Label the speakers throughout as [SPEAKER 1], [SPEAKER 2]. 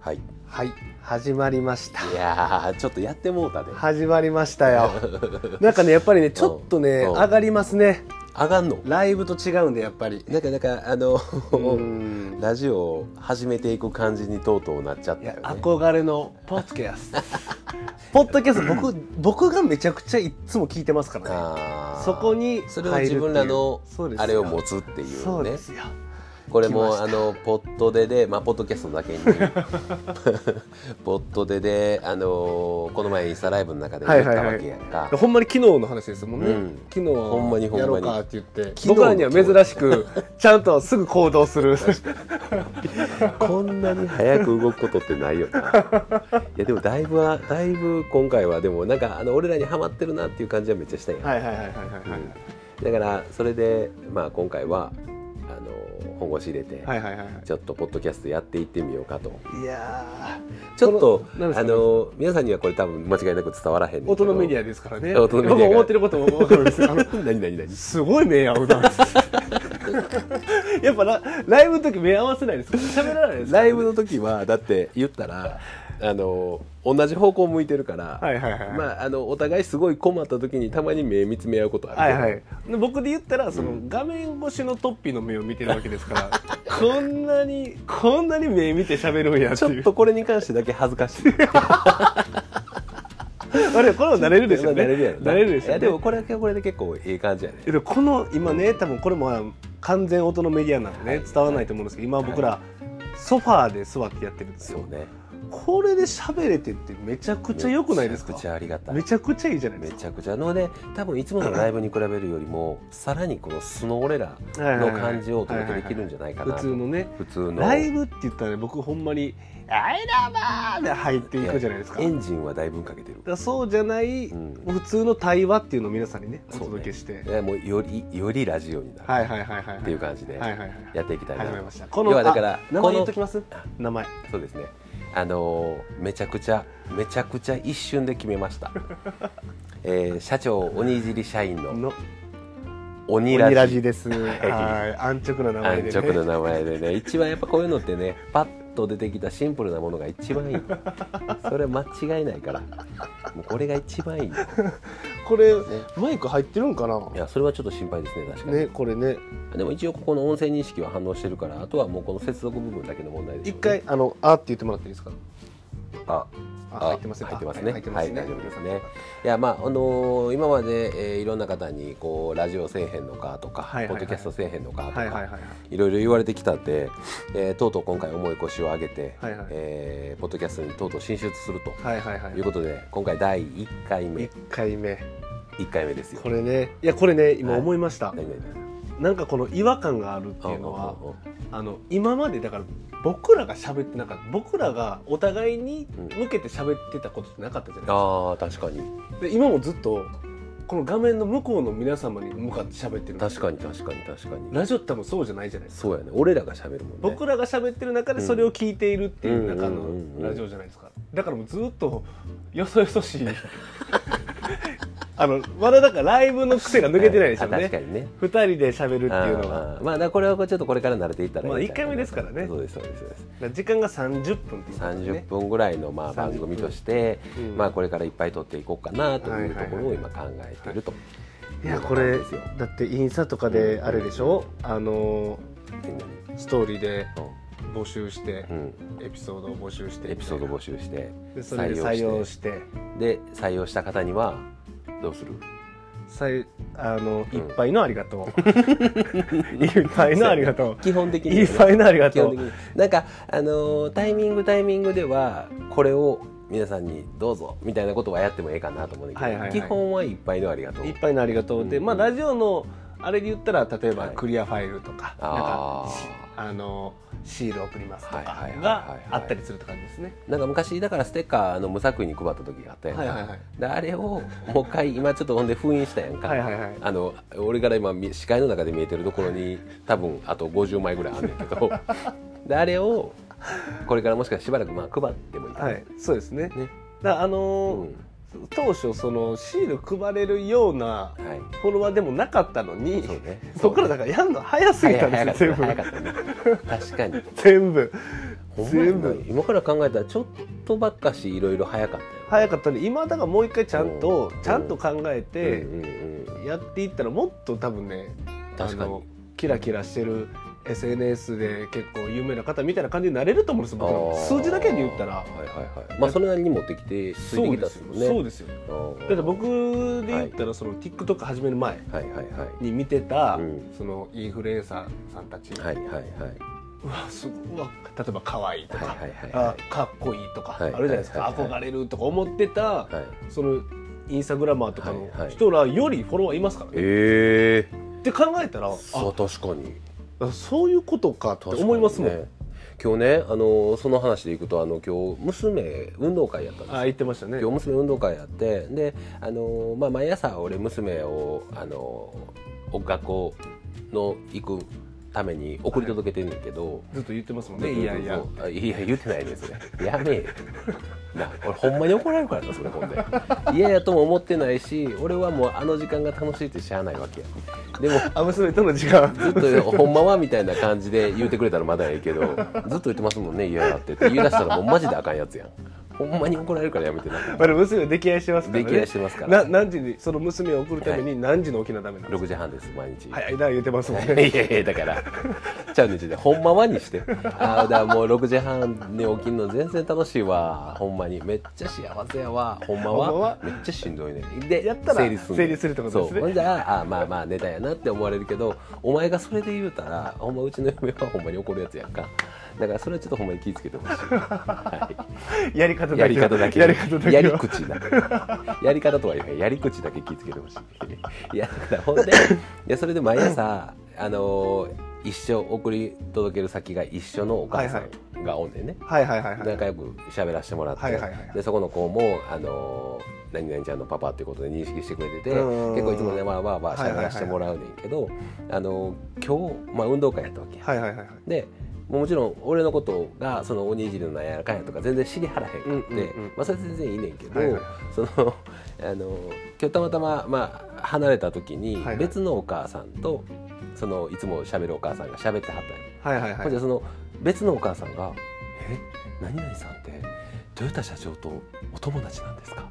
[SPEAKER 1] はい始まりました
[SPEAKER 2] いやーちょっとやってもうたで
[SPEAKER 1] 始まりましたよなんかねやっぱりねちょっとね、
[SPEAKER 2] うん
[SPEAKER 1] 上がりますね
[SPEAKER 2] 上がんの
[SPEAKER 1] ライブと違うんでやっぱり
[SPEAKER 2] なんかなんかあの
[SPEAKER 1] うん
[SPEAKER 2] ラジオを始めていく感じにとうとうなっちゃっ
[SPEAKER 1] い
[SPEAKER 2] たよ
[SPEAKER 1] や
[SPEAKER 2] ね
[SPEAKER 1] 憧れのポッドキャ ストポッドキャスト僕僕がめちゃくちゃいっつも聞いてますからね
[SPEAKER 2] あー
[SPEAKER 1] そこに入るっていう
[SPEAKER 2] それを自分らの
[SPEAKER 1] そうですよ
[SPEAKER 2] あれを持つってい
[SPEAKER 1] そうう
[SPEAKER 2] ね
[SPEAKER 1] ですよ
[SPEAKER 2] これ
[SPEAKER 1] 来ま
[SPEAKER 2] も
[SPEAKER 1] した
[SPEAKER 2] あのポットででまあポッドキャスト だけにポットでであのーこの前インスタライブの中で言ったわけやんか、
[SPEAKER 1] ほんまに昨日の話ですもんね、
[SPEAKER 2] うん
[SPEAKER 1] 昨日
[SPEAKER 2] ほんまにほんまに
[SPEAKER 1] やろうかって言って
[SPEAKER 2] 昨日
[SPEAKER 1] 僕らには珍しくちゃんとすぐ行動する
[SPEAKER 2] こんなに早く動くことってないよないやでもだいぶはだいぶ今回はでもなんかあの俺らにハマってるなっていう感じはめっちゃしたんやん、
[SPEAKER 1] はいはいはいはいはい、はい
[SPEAKER 2] うんだからそれで、まあ、今回はあの本腰入れて、
[SPEAKER 1] はいはいはいは
[SPEAKER 2] ちょっとポッドキャストやっていってみようかと
[SPEAKER 1] いいや
[SPEAKER 2] ちょっと
[SPEAKER 1] この何ですか
[SPEAKER 2] あの皆さんにはこれ多分間違いなく伝わらへんねんけど
[SPEAKER 1] ー大人メディアですからね
[SPEAKER 2] 大人メディア
[SPEAKER 1] 僕思ってることも分かるんですよあの
[SPEAKER 2] 何何何
[SPEAKER 1] すごい目合うなやっぱラライブの時目合わせないですから喋らないですから
[SPEAKER 2] ライブの時はだって言ったらあの同じ方向向いてるから、
[SPEAKER 1] はいはいはい
[SPEAKER 2] まあ、あのお互いすごい困った時にたまに目見つめ合うことある
[SPEAKER 1] はいはい、で僕で言ったらその画面越しのトッピーの目を見てるわけですから こんなにこんなに目見て喋るんやって
[SPEAKER 2] ち
[SPEAKER 1] い
[SPEAKER 2] ょっ
[SPEAKER 1] う
[SPEAKER 2] とこれに関してだけ恥ずかしい
[SPEAKER 1] あれこれも慣れるでしょうね
[SPEAKER 2] 慣れるやろな
[SPEAKER 1] 慣れるでしょうね
[SPEAKER 2] いやでもこれはこれで結構いい感じやね
[SPEAKER 1] えでもこの今ね多分これもまあ完全音のメディアなんでね、伝わらないと思うんですけど今僕らソファーで座ってやってるんですよ、
[SPEAKER 2] そうね
[SPEAKER 1] これで喋れてってめちゃくちゃ良くないですか
[SPEAKER 2] めちゃくちゃありがたい
[SPEAKER 1] めちゃくちゃいいじゃないで
[SPEAKER 2] め
[SPEAKER 1] すか
[SPEAKER 2] ちゃくちゃので多分いつものライブに比べるよりもさらにこの素の俺らの感じをお届けできるんじゃないかな
[SPEAKER 1] 普通のね
[SPEAKER 2] 普通の
[SPEAKER 1] ライブって言ったらね僕ほんまに「アイラバー!」で入っていくじゃないですか
[SPEAKER 2] エ
[SPEAKER 1] だか
[SPEAKER 2] ンジンはだいぶかけてる
[SPEAKER 1] らそうじゃない、
[SPEAKER 2] うん
[SPEAKER 1] 普通の対話っていうのを皆さんにねお
[SPEAKER 2] そうね
[SPEAKER 1] 届けして、
[SPEAKER 2] いやもうよりよりラジオになる
[SPEAKER 1] はいはいはいはい
[SPEAKER 2] っていう感じで
[SPEAKER 1] はいはいはい
[SPEAKER 2] やっていきたいな
[SPEAKER 1] 始めましたこ
[SPEAKER 2] 要はだから
[SPEAKER 1] あ名
[SPEAKER 2] こ
[SPEAKER 1] 前
[SPEAKER 2] の
[SPEAKER 1] 言っときます名前
[SPEAKER 2] そうですねあのーめちゃくちゃめちゃくちゃ一瞬で決めま した、えー社長鬼尻社員の
[SPEAKER 1] の
[SPEAKER 2] 鬼
[SPEAKER 1] 鬼
[SPEAKER 2] ラ
[SPEAKER 1] ラ
[SPEAKER 2] ジ
[SPEAKER 1] ジです。はい、安直な名前で、ね。
[SPEAKER 2] 安直な名前でね一番やっぱこういうのってねパッと出てきたシンプルなものが一番いいそれ間違いないからもうこれが一番いいい
[SPEAKER 1] これ、マイク入ってるんかな。
[SPEAKER 2] やそれはちょっと心配ですね確かに、
[SPEAKER 1] ね、これね、
[SPEAKER 2] でも一応ここの音声認識は反応してるからあとはもうこの接続部分だけの問題です
[SPEAKER 1] 一回、あの、あって言ってもらっていいですか。
[SPEAKER 2] あ
[SPEAKER 1] あ、入ってますね。
[SPEAKER 2] 入ってます
[SPEAKER 1] は
[SPEAKER 2] ね
[SPEAKER 1] い入ってま
[SPEAKER 2] は
[SPEAKER 1] す
[SPEAKER 2] い
[SPEAKER 1] ね。
[SPEAKER 2] 大丈夫ですねいやまああのー今まで、えーいろんな方にこうラジオせえへんのかとか、
[SPEAKER 1] はいはいはい
[SPEAKER 2] ポッドキャストせえへんのかとか、
[SPEAKER 1] はいいはいはいはい。
[SPEAKER 2] ろいろ言われてきたんで、えーとうとう今回重い腰を上げて、
[SPEAKER 1] はいはい
[SPEAKER 2] えーポッドキャストにとうとう進出すると、
[SPEAKER 1] はいはい
[SPEAKER 2] という
[SPEAKER 1] は
[SPEAKER 2] ことで今回第1回
[SPEAKER 1] い。
[SPEAKER 2] 目
[SPEAKER 1] 一回目。
[SPEAKER 2] 1回目ですよ
[SPEAKER 1] これね、いや、これね、今
[SPEAKER 2] はい
[SPEAKER 1] 思いました。
[SPEAKER 2] 何々何
[SPEAKER 1] なんかこの違和感があるっていうの
[SPEAKER 2] 々
[SPEAKER 1] は、あの、今までだから。僕らが喋ってなかった僕らがお互いに向けて喋ってたことってなかったじゃないですか、
[SPEAKER 2] ああ確かに
[SPEAKER 1] で今もずっとこの画面の向こうの皆様に向かって喋ってるんです
[SPEAKER 2] 確
[SPEAKER 1] よ
[SPEAKER 2] かに確かに確かに
[SPEAKER 1] ラジオって多分そうじゃないじゃないですか
[SPEAKER 2] そうやね俺らが喋るもんね
[SPEAKER 1] 僕らが喋ってる中でそれを聞いているっていう中
[SPEAKER 2] うんうんうんうん
[SPEAKER 1] のラジオじゃないですかだからもうずっとよそよそしい あのまだだからライブの癖が抜けてないですよ
[SPEAKER 2] あ確か
[SPEAKER 1] ね
[SPEAKER 2] にね
[SPEAKER 1] 2人で喋るっていうの
[SPEAKER 2] あ
[SPEAKER 1] は
[SPEAKER 2] ーまあだからこれはちょっとこれから慣れていったらいいんじゃない
[SPEAKER 1] まあ一回目ですからね
[SPEAKER 2] そうですそうですそうです
[SPEAKER 1] だから時間が30分っていうことです
[SPEAKER 2] 30
[SPEAKER 1] ね
[SPEAKER 2] 分ぐらいのまあ番組として、
[SPEAKER 1] うん
[SPEAKER 2] まあこれからいっぱい撮っていこうかなというところを
[SPEAKER 1] はい
[SPEAKER 2] 今考えてると
[SPEAKER 1] いやこれ
[SPEAKER 2] ですよ
[SPEAKER 1] だってインスタとかであれでしょあの
[SPEAKER 2] みんなに
[SPEAKER 1] ストーリーで
[SPEAKER 2] う
[SPEAKER 1] 募集し
[SPEAKER 2] ん
[SPEAKER 1] て
[SPEAKER 2] うん
[SPEAKER 1] エピソードを募集して
[SPEAKER 2] エピソード募集して
[SPEAKER 1] でそれで採用して
[SPEAKER 2] で採用した方にはどうする
[SPEAKER 1] 採あの、
[SPEAKER 2] うん
[SPEAKER 1] いっぱいのありがと ういっぱいのありがと
[SPEAKER 2] 基本的
[SPEAKER 1] う
[SPEAKER 2] には ね、
[SPEAKER 1] いっぱいのありが
[SPEAKER 2] 基
[SPEAKER 1] と
[SPEAKER 2] 本
[SPEAKER 1] う
[SPEAKER 2] 的になんかあのータイミングタイミングではこれを皆さんにどうぞみたいなことはやってもええかなと思うんだけど、
[SPEAKER 1] はいはいはい
[SPEAKER 2] 基本はいっぱいのありがとう
[SPEAKER 1] いっぱいのありがとうで、
[SPEAKER 2] うん
[SPEAKER 1] まあラジオのあれで言ったら例えば
[SPEAKER 2] はい
[SPEAKER 1] クリアファイルとか、なん
[SPEAKER 2] あ
[SPEAKER 1] か
[SPEAKER 2] ー
[SPEAKER 1] しあのシール送りますとか
[SPEAKER 2] はいはいはいはいは
[SPEAKER 1] が
[SPEAKER 2] い
[SPEAKER 1] あったりするって感じですね。
[SPEAKER 2] なんか昔だからステッカーあの無作為に配った時があったやんか、
[SPEAKER 1] はいはいはい
[SPEAKER 2] であれをもう一回今ちょっとほんで封印したやんか、
[SPEAKER 1] はいはいはい
[SPEAKER 2] あの俺から今み視界の中で見えてるところに多分あと50枚ぐらいあんねんけ どであれをこれからもしかしたらしばらくまあ配ってもいいかな、
[SPEAKER 1] はい、そうですね。
[SPEAKER 2] ね
[SPEAKER 1] だからあの
[SPEAKER 2] う
[SPEAKER 1] ー
[SPEAKER 2] ん
[SPEAKER 1] 当初そのシール配れるような
[SPEAKER 2] はい
[SPEAKER 1] フォロワーでもなかったのに、
[SPEAKER 2] そうね
[SPEAKER 1] 僕らだからやるの早すぎたん
[SPEAKER 2] 早か
[SPEAKER 1] で
[SPEAKER 2] っ
[SPEAKER 1] す
[SPEAKER 2] た
[SPEAKER 1] よ、
[SPEAKER 2] ね早かったね確かに
[SPEAKER 1] 全部全部
[SPEAKER 2] ほんまやな
[SPEAKER 1] 全部
[SPEAKER 2] 今から考えたらちょっとばっかしいろいろ早かったよ
[SPEAKER 1] 早かったね今だからもう一回ちゃんと
[SPEAKER 2] うん
[SPEAKER 1] ちゃんと考えて
[SPEAKER 2] うんうんうん
[SPEAKER 1] やっていったらもっと多分ね
[SPEAKER 2] 確か
[SPEAKER 1] あ
[SPEAKER 2] に
[SPEAKER 1] のキラキラしてる SNS で結構有名な方みたいな感じになれると思うんですよ僕らも
[SPEAKER 2] あー
[SPEAKER 1] 数字だけで言ったら
[SPEAKER 2] はいはいはいまあそれなりに持ってきてついてきたんですもんね
[SPEAKER 1] そうですよ
[SPEAKER 2] あー
[SPEAKER 1] だって僕で言ったらその TikTok 始める前
[SPEAKER 2] はいはいはい
[SPEAKER 1] に見てた、
[SPEAKER 2] うん
[SPEAKER 1] そのインフルエンサーさんたち、
[SPEAKER 2] はいはいはいはいう
[SPEAKER 1] わすごいうわ例えば可愛いとか、
[SPEAKER 2] はいはい
[SPEAKER 1] あ
[SPEAKER 2] は
[SPEAKER 1] かっこいいとか、
[SPEAKER 2] はい
[SPEAKER 1] あるじゃないですか、
[SPEAKER 2] はいはいはい
[SPEAKER 1] 憧れるとか思ってた、
[SPEAKER 2] いはい
[SPEAKER 1] そのインスタグラマーとかの
[SPEAKER 2] はいはい
[SPEAKER 1] 人らよりフォロワーいますからね、
[SPEAKER 2] ええ
[SPEAKER 1] って考えたら
[SPEAKER 2] そう確かに
[SPEAKER 1] あそういうことかって
[SPEAKER 2] 確かにね
[SPEAKER 1] 思いますもん、
[SPEAKER 2] 今日ねあのその話でいくとあの今日娘運動会やったんですよ
[SPEAKER 1] あ言ってましたね
[SPEAKER 2] 今日娘運動会やってであの、まあ、毎朝俺娘をあのお学校の行くために送り届けてんねんけど、
[SPEAKER 1] ずっと言ってますもんねいやいや
[SPEAKER 2] あいや言ってないですねやめ えな俺ほんまに怒られるからなそれほんでいやいやとも思ってないし俺はもうあの時間が楽しいって知らないわけやでも
[SPEAKER 1] あ娘との時間
[SPEAKER 2] ずっと「ほんまは?」みたいな感じで言うてくれたらまだいいけどずっと言ってますもんね嫌やってって言い出したらもうマジであかんやつやんほんまに怒られるからやめてな
[SPEAKER 1] まだ娘出来合いしてますからね
[SPEAKER 2] 出来合いしてますから
[SPEAKER 1] な何時にその娘を送るために何時の起きなダメなの、
[SPEAKER 2] 6時半です毎日、
[SPEAKER 1] 早いな言ってますもんね
[SPEAKER 2] いやいやだからチャンネルでほんまはにしてああだからもう6時半に起きるの全然楽しいわほんまにめっちゃ幸せやわほんまは
[SPEAKER 1] ほんまは
[SPEAKER 2] めっちゃしんどいねで
[SPEAKER 1] やったら
[SPEAKER 2] ん
[SPEAKER 1] 成立するってことですね
[SPEAKER 2] そうほんじゃああまあまあネタやなって思われるけどお前がそれで言うたらほんまうちの嫁はほんまに怒るやつやんかだからそれはちょっとほんまに気ぃつけてほしい、は
[SPEAKER 1] やり方
[SPEAKER 2] い、
[SPEAKER 1] だけ
[SPEAKER 2] やり方だけ
[SPEAKER 1] やり方だけは
[SPEAKER 2] やり口だけやり方とは言わへんやり口だけ気ぃつけてほしいいやだからほんでいやそれで毎朝あのー一緒送り届ける先が一緒のお母さんがおんねんね、
[SPEAKER 1] はいはいはいはい
[SPEAKER 2] 仲良く喋らせてもらって、
[SPEAKER 1] はいはいはいはい
[SPEAKER 2] でそこの子もあのー何々ちゃんのパパっていうことで認識してくれてて結
[SPEAKER 1] うん
[SPEAKER 2] 構いつもねわあわあわあ喋らせてもらうねんけど、あのー今日、まあ、運動会やったわけ、
[SPEAKER 1] はいはいはいはい
[SPEAKER 2] でもちろん俺のことがそのおにぎりのなんやらかんやとか全然知りはらへんかって、
[SPEAKER 1] うんうんうん
[SPEAKER 2] まあ、それは全然いいねんけど、
[SPEAKER 1] はいはい
[SPEAKER 2] その あの今日たまたま、まあ、離れた時に
[SPEAKER 1] はいはい
[SPEAKER 2] 別のお母さんと、そのいつも喋るお母さんが喋ってはったんよ
[SPEAKER 1] はいはい
[SPEAKER 2] ほん
[SPEAKER 1] は
[SPEAKER 2] じ
[SPEAKER 1] い
[SPEAKER 2] ゃその別のお母さんが「え何々さんって豊田社長とお友達なんですか?いや」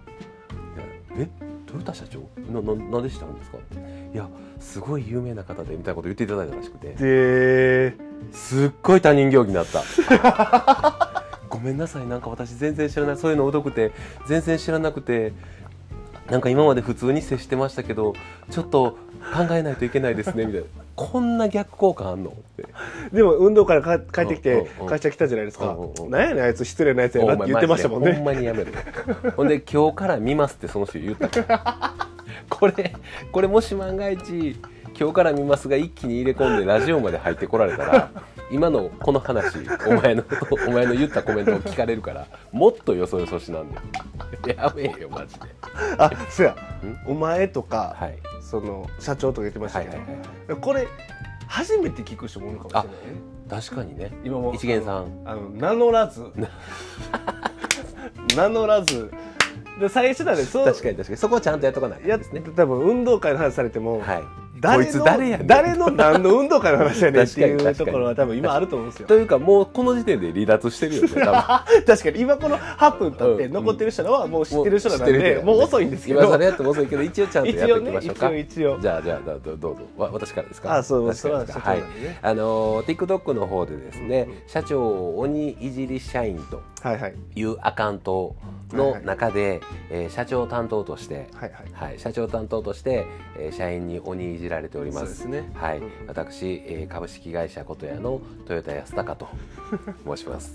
[SPEAKER 2] え豊田社長なななんで知ったんですか?」って「いやすごい有名な方で」みたいなこと言っていただいたらしくて
[SPEAKER 1] です
[SPEAKER 2] っごい他人行儀になった ごめんなさいなんか私全然知らないそういうの疎くて全然知らなくてなんか今まで普通に接してましたけどちょっと考えないといけないですねみたいなこんな逆効果あんのって
[SPEAKER 1] でも運動からか帰ってき
[SPEAKER 2] うん
[SPEAKER 1] て
[SPEAKER 2] うんうん
[SPEAKER 1] 会社来たじゃないですか
[SPEAKER 2] うんうんうん
[SPEAKER 1] なんやねんあいつ失礼なやつやなって言ってましたもん
[SPEAKER 2] お
[SPEAKER 1] ね
[SPEAKER 2] 前マジでほんまにやめ るほんで今日から見ますってその人言ったから これこれもし万が一今日から見ますが一気に入れ込んでラジオまで入ってこられたら今のこの話お前のお前の言ったコメントを聞かれるからもっとよそよそしなんだよやべえよマジで
[SPEAKER 1] あそうやお前とか
[SPEAKER 2] はい
[SPEAKER 1] その社長とか言ってまし
[SPEAKER 2] は
[SPEAKER 1] た
[SPEAKER 2] いはい
[SPEAKER 1] け
[SPEAKER 2] はい
[SPEAKER 1] どこれ初めて聞く人もいるかもしれないね
[SPEAKER 2] 確かにね
[SPEAKER 1] 今も
[SPEAKER 2] 一元さん
[SPEAKER 1] あの名乗らず 名乗らずで最初だねそう
[SPEAKER 2] 確かに確かにそこはちゃんとやっとかない
[SPEAKER 1] や
[SPEAKER 2] ですね
[SPEAKER 1] 多分運動会の話されても
[SPEAKER 2] はい
[SPEAKER 1] 誰
[SPEAKER 2] こい
[SPEAKER 1] の
[SPEAKER 2] つ誰やねん
[SPEAKER 1] 誰の何の運動会の話やねんって
[SPEAKER 2] 確
[SPEAKER 1] い
[SPEAKER 2] か
[SPEAKER 1] う
[SPEAKER 2] に確か
[SPEAKER 1] と
[SPEAKER 2] に
[SPEAKER 1] ころは多分今あると 思うんですよ
[SPEAKER 2] というかもうこの時点で離脱してるよね多分
[SPEAKER 1] 確かに今この8分経って
[SPEAKER 2] うん
[SPEAKER 1] 残ってる人らはもう知ってる人らなん
[SPEAKER 2] もう知ってる
[SPEAKER 1] で
[SPEAKER 2] 人
[SPEAKER 1] もう遅いんですけど
[SPEAKER 2] 今更やっても遅いけど一応ちゃんとやっていきましょうか
[SPEAKER 1] 一応ね一応一応
[SPEAKER 2] じゃあじゃあどうぞどうぞわ私からですか
[SPEAKER 1] あそう
[SPEAKER 2] 私からですか
[SPEAKER 1] そ
[SPEAKER 2] は
[SPEAKER 1] う
[SPEAKER 2] い
[SPEAKER 1] なんですね
[SPEAKER 2] あのー TikTok の方でですね、
[SPEAKER 1] うんうん
[SPEAKER 2] 社長を鬼いじり社員と
[SPEAKER 1] はいはい
[SPEAKER 2] いうアカウントの中で、えー社長担当として
[SPEAKER 1] はいはい
[SPEAKER 2] はい、社長担当として、えー社員に鬼いじられております。
[SPEAKER 1] そうですね
[SPEAKER 2] はい、
[SPEAKER 1] うんうん
[SPEAKER 2] 私、えー株式会社ことやの豊田康隆と申し ます。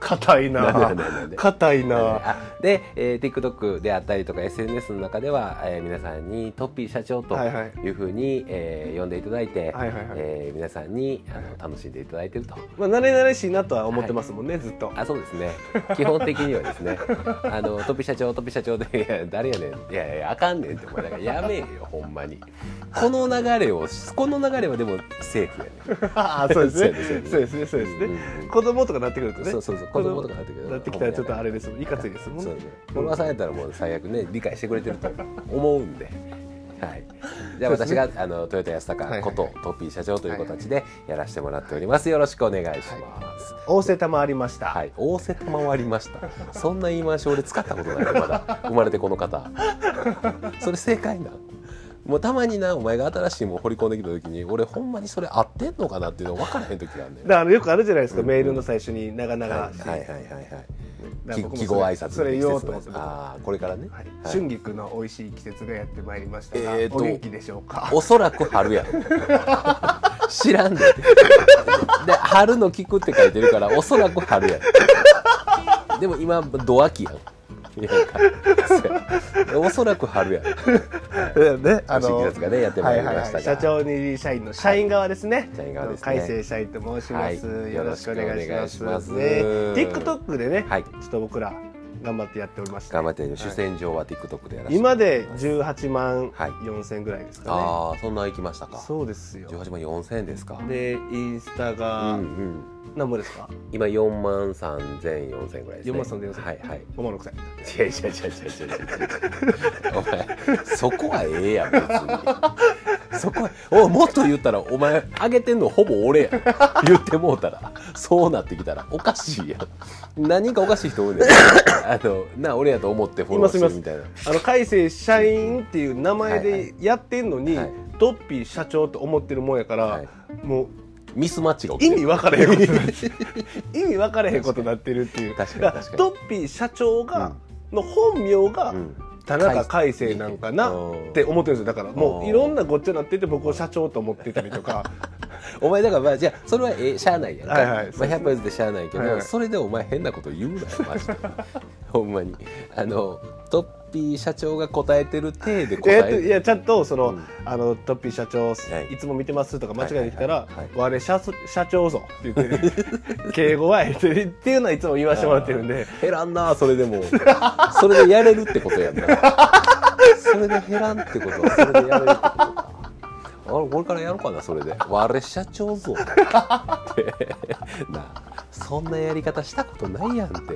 [SPEAKER 1] 硬い
[SPEAKER 2] なん
[SPEAKER 1] な
[SPEAKER 2] でなんでなんで
[SPEAKER 1] 硬いな
[SPEAKER 2] あで、えー TikTok であったりとか SNS の中では、えー皆さんにトッピー社長と
[SPEAKER 1] はいはい
[SPEAKER 2] いうふうに、えー呼んでいただいて、
[SPEAKER 1] はいはいはい
[SPEAKER 2] えー皆さんにあの楽しんでいただいてると。
[SPEAKER 1] まあ慣れ慣れしいなとは思ってますもんねずっと
[SPEAKER 2] あそうですね基本的にはですねあのトッピー社長トッピー社長で「いや誰やねんいやいやあかんねん」ってお前だからやめえよほんまにこの流れをこの流れはでもセーフやね
[SPEAKER 1] ああそうですね
[SPEAKER 2] そ
[SPEAKER 1] そう
[SPEAKER 2] で
[SPEAKER 1] うですねそうですね、
[SPEAKER 2] うんうんうん
[SPEAKER 1] 子供とかなってくるとね
[SPEAKER 2] そうそうそう子供とかなってくると
[SPEAKER 1] なってきたらちょっとあれですもんいかついですもん
[SPEAKER 2] そう
[SPEAKER 1] ね
[SPEAKER 2] ね。フォロワーさんやったらもう最悪ね理解してくれてると思うんで。はい、じゃあ私が、あの豊田康隆こと、
[SPEAKER 1] はい
[SPEAKER 2] トッピー社長という形でやらせてもらっております。よろしくお願いします。
[SPEAKER 1] 大瀬玉ありました、
[SPEAKER 2] はい、大瀬賜りました。そんな言い回し俺使ったことないよまだ生まれてこの方。それ正解なん。もうたまになお前が新しいもん掘り込んできた時に俺ほんまにそれ合ってんのかなっていうの分からへん時があるんだよ
[SPEAKER 1] だ。からよくあるじゃないですか、
[SPEAKER 2] うん
[SPEAKER 1] メールの最初に長々、
[SPEAKER 2] はいはいはいはい
[SPEAKER 1] だから
[SPEAKER 2] はい。
[SPEAKER 1] 僕も
[SPEAKER 2] 記号挨拶
[SPEAKER 1] それ言おうと思って僕も
[SPEAKER 2] ああーこれからね。
[SPEAKER 1] はい
[SPEAKER 2] はい
[SPEAKER 1] 春菊の美味しい季節がやってまいりましたが、
[SPEAKER 2] えーと
[SPEAKER 1] お元気でしょうか
[SPEAKER 2] おそらく春やろ知らんでで春の菊って書いてるからおそらく春やろでも今ド秋やんいやそうやおそらく春やろ
[SPEAKER 1] ね、あ
[SPEAKER 2] 新規ですがねやってまいりましたが
[SPEAKER 1] はいはいはい社長に社員の社員側ですね。
[SPEAKER 2] 社員側ですね
[SPEAKER 1] 改正社員と申します、
[SPEAKER 2] はい
[SPEAKER 1] よろしくお願いします。
[SPEAKER 2] よろしくお願
[SPEAKER 1] ね
[SPEAKER 2] いします
[SPEAKER 1] TikTok でね、
[SPEAKER 2] はい
[SPEAKER 1] ちょっと僕ら頑張ってやっておりまして、
[SPEAKER 2] 頑張って主戦場は TikTok でやらせて
[SPEAKER 1] 今で18万
[SPEAKER 2] はい
[SPEAKER 1] 4千ぐらいですか
[SPEAKER 2] ああそんな行きました
[SPEAKER 1] ね。
[SPEAKER 2] か
[SPEAKER 1] そうですよ。
[SPEAKER 2] 18万4000円ですか
[SPEAKER 1] で、インスタ
[SPEAKER 2] う
[SPEAKER 1] が
[SPEAKER 2] んうん
[SPEAKER 1] 何本ですか？
[SPEAKER 2] 今4万30004000円ぐらいですね
[SPEAKER 1] 4万3000 4000
[SPEAKER 2] はいはい
[SPEAKER 1] 5万6千。
[SPEAKER 2] いやいやいやいやいやいやお前そこはええやん別にそこはおいもっと言ったらお前あげてんのほぼ俺やん言ってもうたらそうなってきたらおかしいやん何かおかしい人多いねんあのな俺やと思ってフォローしてるみたいな
[SPEAKER 1] あの改正社員っていう名前
[SPEAKER 2] はい
[SPEAKER 1] でやってんのに、
[SPEAKER 2] はい
[SPEAKER 1] ドッピー社長と思ってるもんやから、
[SPEAKER 2] はい
[SPEAKER 1] もう
[SPEAKER 2] ミスマッチが起き
[SPEAKER 1] 意
[SPEAKER 2] てる
[SPEAKER 1] 味分かれへんことになっ てる意味分かれへんことになってるっていう
[SPEAKER 2] 確かに
[SPEAKER 1] だら
[SPEAKER 2] 確かに
[SPEAKER 1] トッピー社長が、の本名が、
[SPEAKER 2] うん
[SPEAKER 1] 田中海生なんかな
[SPEAKER 2] うん
[SPEAKER 1] って思ってるんですよだからも
[SPEAKER 2] う
[SPEAKER 1] うんいろんなごっちゃになってて僕を社長と思ってたりとか
[SPEAKER 2] お前だからまあじゃあそれはええしゃあないやんか、
[SPEAKER 1] はいはい
[SPEAKER 2] まあ、100歩譲ってしゃあないけど、
[SPEAKER 1] はいはい
[SPEAKER 2] それでお前変なこと言うなよマジでほんまにあのトッピー社長が答えてる体で答
[SPEAKER 1] え
[SPEAKER 2] え
[SPEAKER 1] っと
[SPEAKER 2] る
[SPEAKER 1] いやちゃんとその,、
[SPEAKER 2] うん
[SPEAKER 1] あのトッピー社長、
[SPEAKER 2] い
[SPEAKER 1] い、つも見てますとか間違えてきた
[SPEAKER 2] は
[SPEAKER 1] ら
[SPEAKER 2] いはいはい
[SPEAKER 1] 「我社社長ぞ」って言っ て「敬語は」ってっていうのはいつも言わせてもらってるんで
[SPEAKER 2] 減らんなそれでもそれでやれるってことやんなそれで減らんってことはそれでやれるってことかあれこれからやろうかなそれで「我社長ぞ」ってなあそんなやり方したことないやんって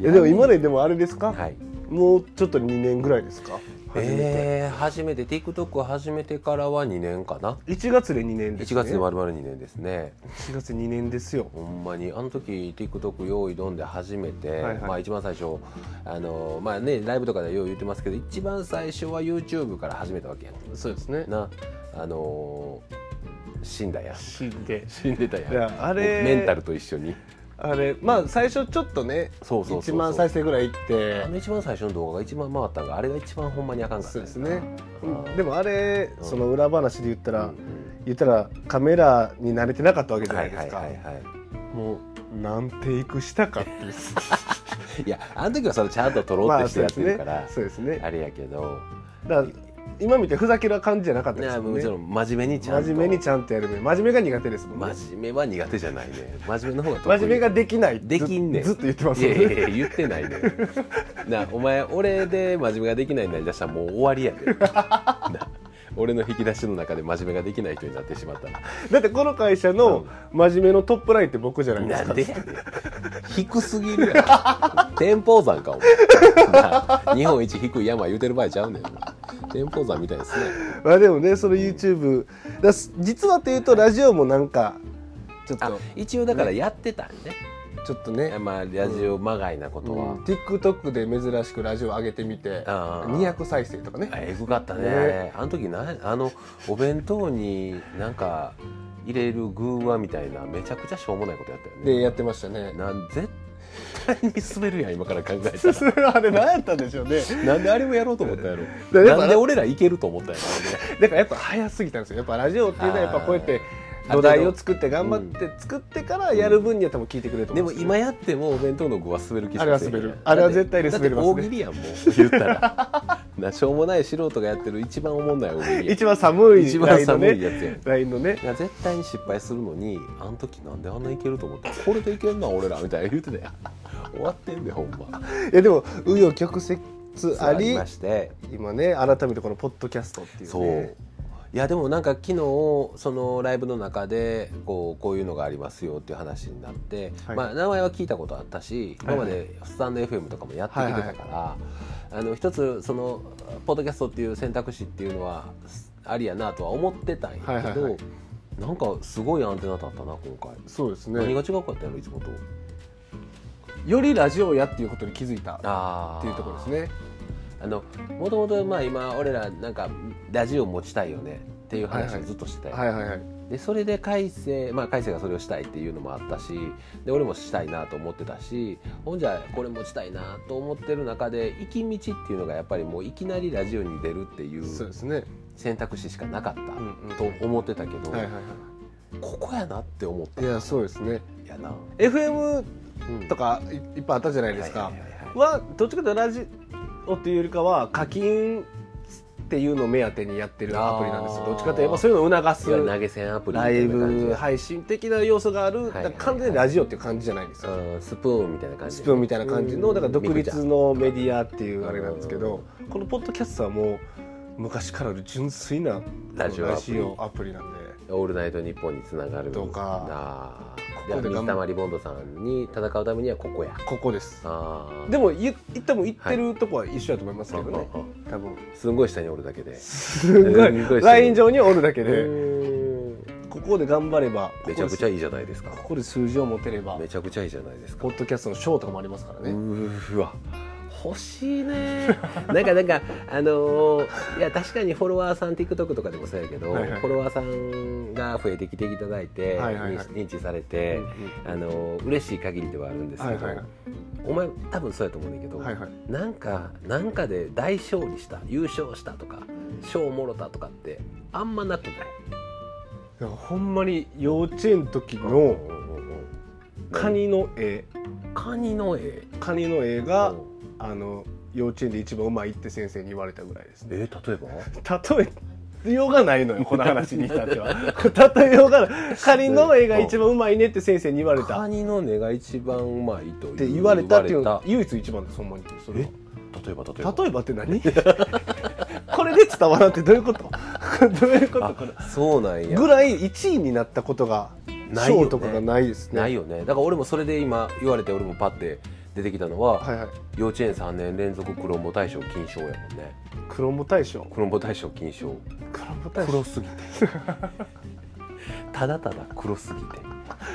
[SPEAKER 1] いやでも今まででもあれですか、
[SPEAKER 2] はい
[SPEAKER 1] もうちょっと2年ぐらいですか初めて、
[SPEAKER 2] えー、初めて TikTok を始めてからは2年かな
[SPEAKER 1] 1月で2年です、
[SPEAKER 2] 1
[SPEAKER 1] ね、
[SPEAKER 2] 月で丸々2年ですね
[SPEAKER 1] 1月2年ですよ
[SPEAKER 2] ほんまにあの時 TikTok 用意どんで初めて、
[SPEAKER 1] はいはい
[SPEAKER 2] まあ、一番最初あの、まあね、ライブとかでよう言ってますけど一番最初は YouTube から始めたわけやん
[SPEAKER 1] そうですね
[SPEAKER 2] なあのー死んだ やん
[SPEAKER 1] 死んで
[SPEAKER 2] 死んでたやん
[SPEAKER 1] いやあれ
[SPEAKER 2] メンタルと一緒に
[SPEAKER 1] あれまあ最初ちょっとね
[SPEAKER 2] そうそうそうそう
[SPEAKER 1] 1万再生ぐらいいって
[SPEAKER 2] あの一番最初の動画が一番回ったんがあれが一番ほんまにあかんかった
[SPEAKER 1] そ
[SPEAKER 2] ん
[SPEAKER 1] う
[SPEAKER 2] や
[SPEAKER 1] ですね
[SPEAKER 2] うん
[SPEAKER 1] でもあれ
[SPEAKER 2] うん
[SPEAKER 1] その裏話で言った
[SPEAKER 2] う
[SPEAKER 1] ら、
[SPEAKER 2] ん
[SPEAKER 1] 言ったらカメラに慣れてなかったわけ
[SPEAKER 2] う
[SPEAKER 1] じ
[SPEAKER 2] ん
[SPEAKER 1] ゃ
[SPEAKER 2] は
[SPEAKER 1] な
[SPEAKER 2] い
[SPEAKER 1] いで
[SPEAKER 2] は
[SPEAKER 1] す
[SPEAKER 2] い
[SPEAKER 1] か、
[SPEAKER 2] はいはい
[SPEAKER 1] もう何テイクした かっていう
[SPEAKER 2] いやあの時はそれちゃんと撮ろうってしてやってるから、
[SPEAKER 1] まあそうですねそうですね
[SPEAKER 2] あれやけど、
[SPEAKER 1] だから今見てふざける感じじゃなかった
[SPEAKER 2] ね
[SPEAKER 1] ですもん
[SPEAKER 2] も
[SPEAKER 1] ね
[SPEAKER 2] ちろん真面目にちゃんと
[SPEAKER 1] 真面目にちゃんとやる真面目が苦手ですもんね
[SPEAKER 2] 真面目は苦手じゃないね真面目の方が得
[SPEAKER 1] 真
[SPEAKER 2] 意
[SPEAKER 1] 面目ができない
[SPEAKER 2] できんねん
[SPEAKER 1] ずずっと言ってます
[SPEAKER 2] い
[SPEAKER 1] よ
[SPEAKER 2] やいやい
[SPEAKER 1] ね
[SPEAKER 2] や言ってないねなあお前俺で真面目ができないになりだしたらもう終わりやでな俺の引き出しの中で真面目ができない人になってしまったら
[SPEAKER 1] だってこの会社の真面目のトップラインって僕じゃないです
[SPEAKER 2] な
[SPEAKER 1] か
[SPEAKER 2] んでやねん低すぎるやろ天保山かお前なあ日本一低い山言うてる場合ちゃうねん天保山みたいですね
[SPEAKER 1] まあでもねその YouTube だす実はというとラジオもなんかちょっ
[SPEAKER 2] あ
[SPEAKER 1] と
[SPEAKER 2] 一応だからやってたんね
[SPEAKER 1] ちょっとね、
[SPEAKER 2] まあラジオまがいなことは、
[SPEAKER 1] TikTok で珍しくラジオ上げてみて
[SPEAKER 2] あー
[SPEAKER 1] 200再生とかね
[SPEAKER 2] あえぐかったね
[SPEAKER 1] ね
[SPEAKER 2] あれあの時なあのお弁当になんか入れる具はみたいなめちゃくちゃしょうもないことやったよね
[SPEAKER 1] でやってましたね
[SPEAKER 2] なん絶対に滑るやん今から考えた ら
[SPEAKER 1] あれ何やったんでしょうね
[SPEAKER 2] なんであれもやろうと思ったんや
[SPEAKER 1] だ
[SPEAKER 2] ろ
[SPEAKER 1] から
[SPEAKER 2] なんで俺らいけると思ったんや
[SPEAKER 1] だからやっぱ早すぎたんですよやっぱラジオっていうのはやっぱこうやって
[SPEAKER 2] あー
[SPEAKER 1] 土台を作って頑張って作ってからやる分には多分聞いてくれると
[SPEAKER 2] ろで
[SPEAKER 1] 思う
[SPEAKER 2] も
[SPEAKER 1] んすよ
[SPEAKER 2] 今やってもお弁当の具は滑る気しか
[SPEAKER 1] あれは
[SPEAKER 2] せえへん
[SPEAKER 1] 滑る
[SPEAKER 2] やん
[SPEAKER 1] あれは絶対に滑りま
[SPEAKER 2] だっ
[SPEAKER 1] すね
[SPEAKER 2] て大喜利やんもう言ったら なしょうもない素人がやってる一番おもんない大喜利やん
[SPEAKER 1] 一番寒い
[SPEAKER 2] 一
[SPEAKER 1] ラ
[SPEAKER 2] 番
[SPEAKER 1] インの
[SPEAKER 2] 寒い
[SPEAKER 1] ね
[SPEAKER 2] やつやん
[SPEAKER 1] ラインのね
[SPEAKER 2] いや絶対に失敗するのにあの時なんであんないけると思ったこれでいけんな俺らみたいな言うてたやん 終わってんでほんま
[SPEAKER 1] いやでも紆余曲折あ
[SPEAKER 2] そう
[SPEAKER 1] り
[SPEAKER 2] まして
[SPEAKER 1] 今ね改めてこのポッドキャストっていうね
[SPEAKER 2] そういやでもなんか昨日そのライブの中でこうこういうのがありますよっていう話になって、
[SPEAKER 1] はい
[SPEAKER 2] まあ名前は聞いたことあったし今
[SPEAKER 1] はい
[SPEAKER 2] ま
[SPEAKER 1] はい
[SPEAKER 2] でスタンド FM とかもやってきてたから、あの一つそのポッドキャストっていう選択肢っていうのはありやなとは思ってたんやけど、
[SPEAKER 1] はいはいはい
[SPEAKER 2] なんかすごいアンテナ立ったな今回、
[SPEAKER 1] そうです
[SPEAKER 2] 何
[SPEAKER 1] ね
[SPEAKER 2] が違うかったやろいつもと
[SPEAKER 1] よりラジオやっていうことに気づいたっ
[SPEAKER 2] あー
[SPEAKER 1] ていうところですね
[SPEAKER 2] あのもともとまあ今俺らなんかラジオ持ちたいよねっていう話を
[SPEAKER 1] はいはい
[SPEAKER 2] ずっとしてたよ
[SPEAKER 1] はいはいはい
[SPEAKER 2] でそれで海星まあ海星がそれをしたいっていうのもあったしで俺もしたいなと思ってたしほんじゃこれもしたいなと思ってる中で行き道っていうのがやっぱりもういきなりラジオに出るっていう
[SPEAKER 1] そうですね
[SPEAKER 2] 選択肢しかなかっ
[SPEAKER 1] ん
[SPEAKER 2] たと思ってたけど、
[SPEAKER 1] はいはいは
[SPEAKER 2] ここやなって思った
[SPEAKER 1] いいやそうですね
[SPEAKER 2] やな、
[SPEAKER 1] FM
[SPEAKER 2] うん
[SPEAKER 1] とかいいっぱいあったじゃないです
[SPEAKER 2] は
[SPEAKER 1] か
[SPEAKER 2] いはいはいはい
[SPEAKER 1] はどっちかというとラジオっていうよりかは課金っていうのを目当てにやってるアプリなんですよ
[SPEAKER 2] あー
[SPEAKER 1] どっちかといえばそういうのを促
[SPEAKER 2] いわゆる投
[SPEAKER 1] す
[SPEAKER 2] げ銭アプリみた
[SPEAKER 1] ライ
[SPEAKER 2] いな感じ
[SPEAKER 1] ブ配信的な要素がある、
[SPEAKER 2] いはいはい
[SPEAKER 1] だから完全にラジオっていう感じじゃないんですよ、
[SPEAKER 2] うんスプーンみたいな感じ
[SPEAKER 1] スプーンみたいな感じのだから独立のメディアっていうあれなんですけどこのポッドキャストはもう昔からある純粋な
[SPEAKER 2] ラジオアプリ
[SPEAKER 1] アプリなんで
[SPEAKER 2] オールナイトニッポンにつながる
[SPEAKER 1] とか
[SPEAKER 2] なあ
[SPEAKER 1] ここで
[SPEAKER 2] いや
[SPEAKER 1] 頑張
[SPEAKER 2] 水溜りボンドさんに戦うためにはここや
[SPEAKER 1] ここです
[SPEAKER 2] あー
[SPEAKER 1] でも言っても言ってるとこは一緒だと思いますけどね、
[SPEAKER 2] ああ
[SPEAKER 1] 多分
[SPEAKER 2] あすんごい下におるだけ ですすご
[SPEAKER 1] ご
[SPEAKER 2] い
[SPEAKER 1] いライン上におるだけ
[SPEAKER 2] う
[SPEAKER 1] で
[SPEAKER 2] ーん
[SPEAKER 1] ここで頑張れば
[SPEAKER 2] めちゃくちゃ
[SPEAKER 1] ゃ
[SPEAKER 2] いいじゃないですか
[SPEAKER 1] ここで数字を持てれば
[SPEAKER 2] めちゃくちゃいいじゃないですか
[SPEAKER 1] ポッドキャストの賞とかもありますから
[SPEAKER 2] う
[SPEAKER 1] ね
[SPEAKER 2] ーわ欲しいね なんかなんかあのーいや確かにフォロワーさん TikTok とかでもそうやけど、
[SPEAKER 1] はいはい
[SPEAKER 2] フォロワーさんが増えてきていただいて、
[SPEAKER 1] はいはいはい
[SPEAKER 2] 認知認知され
[SPEAKER 1] う
[SPEAKER 2] て、
[SPEAKER 1] ん
[SPEAKER 2] あのー嬉しい限りではあるんですけど、
[SPEAKER 1] はいはい
[SPEAKER 2] お前多分そうやと思うねんだけど、
[SPEAKER 1] うんはいはい
[SPEAKER 2] なんかなんかで大勝利した優勝したとか賞もろたとかってあんまなくない
[SPEAKER 1] いやほんまに幼稚園の時のカニの絵
[SPEAKER 2] カニの絵
[SPEAKER 1] カニの絵が
[SPEAKER 2] うん
[SPEAKER 1] あの幼稚園で一番うまいって先生に言われたぐらいですね
[SPEAKER 2] えー例えば
[SPEAKER 1] 例えようがないのよこの話に至っては 例えようがないカニの絵が一番うまいねって先生に言われた
[SPEAKER 2] カ
[SPEAKER 1] っ
[SPEAKER 2] ニの根が一番うまいと
[SPEAKER 1] て言われたっていう
[SPEAKER 2] 言
[SPEAKER 1] の
[SPEAKER 2] われ
[SPEAKER 1] 唯一一番ですほんまにそれは
[SPEAKER 2] た例えば例えば
[SPEAKER 1] 例えばって何 これで伝わらんってどういうこと どういうことこれ
[SPEAKER 2] あそうなんや
[SPEAKER 1] ぐらい1位になったことが
[SPEAKER 2] ないよね
[SPEAKER 1] 賞とかがないですね
[SPEAKER 2] ないよねだから俺もそれで今言われて俺もパッて出てきたのは、
[SPEAKER 1] はいはい
[SPEAKER 2] 幼稚園3年連続クロモ大賞金賞やもんね
[SPEAKER 1] クロモ大賞
[SPEAKER 2] クロモ大賞金賞
[SPEAKER 1] クロモ大賞
[SPEAKER 2] 黒すぎて ただただ黒すぎて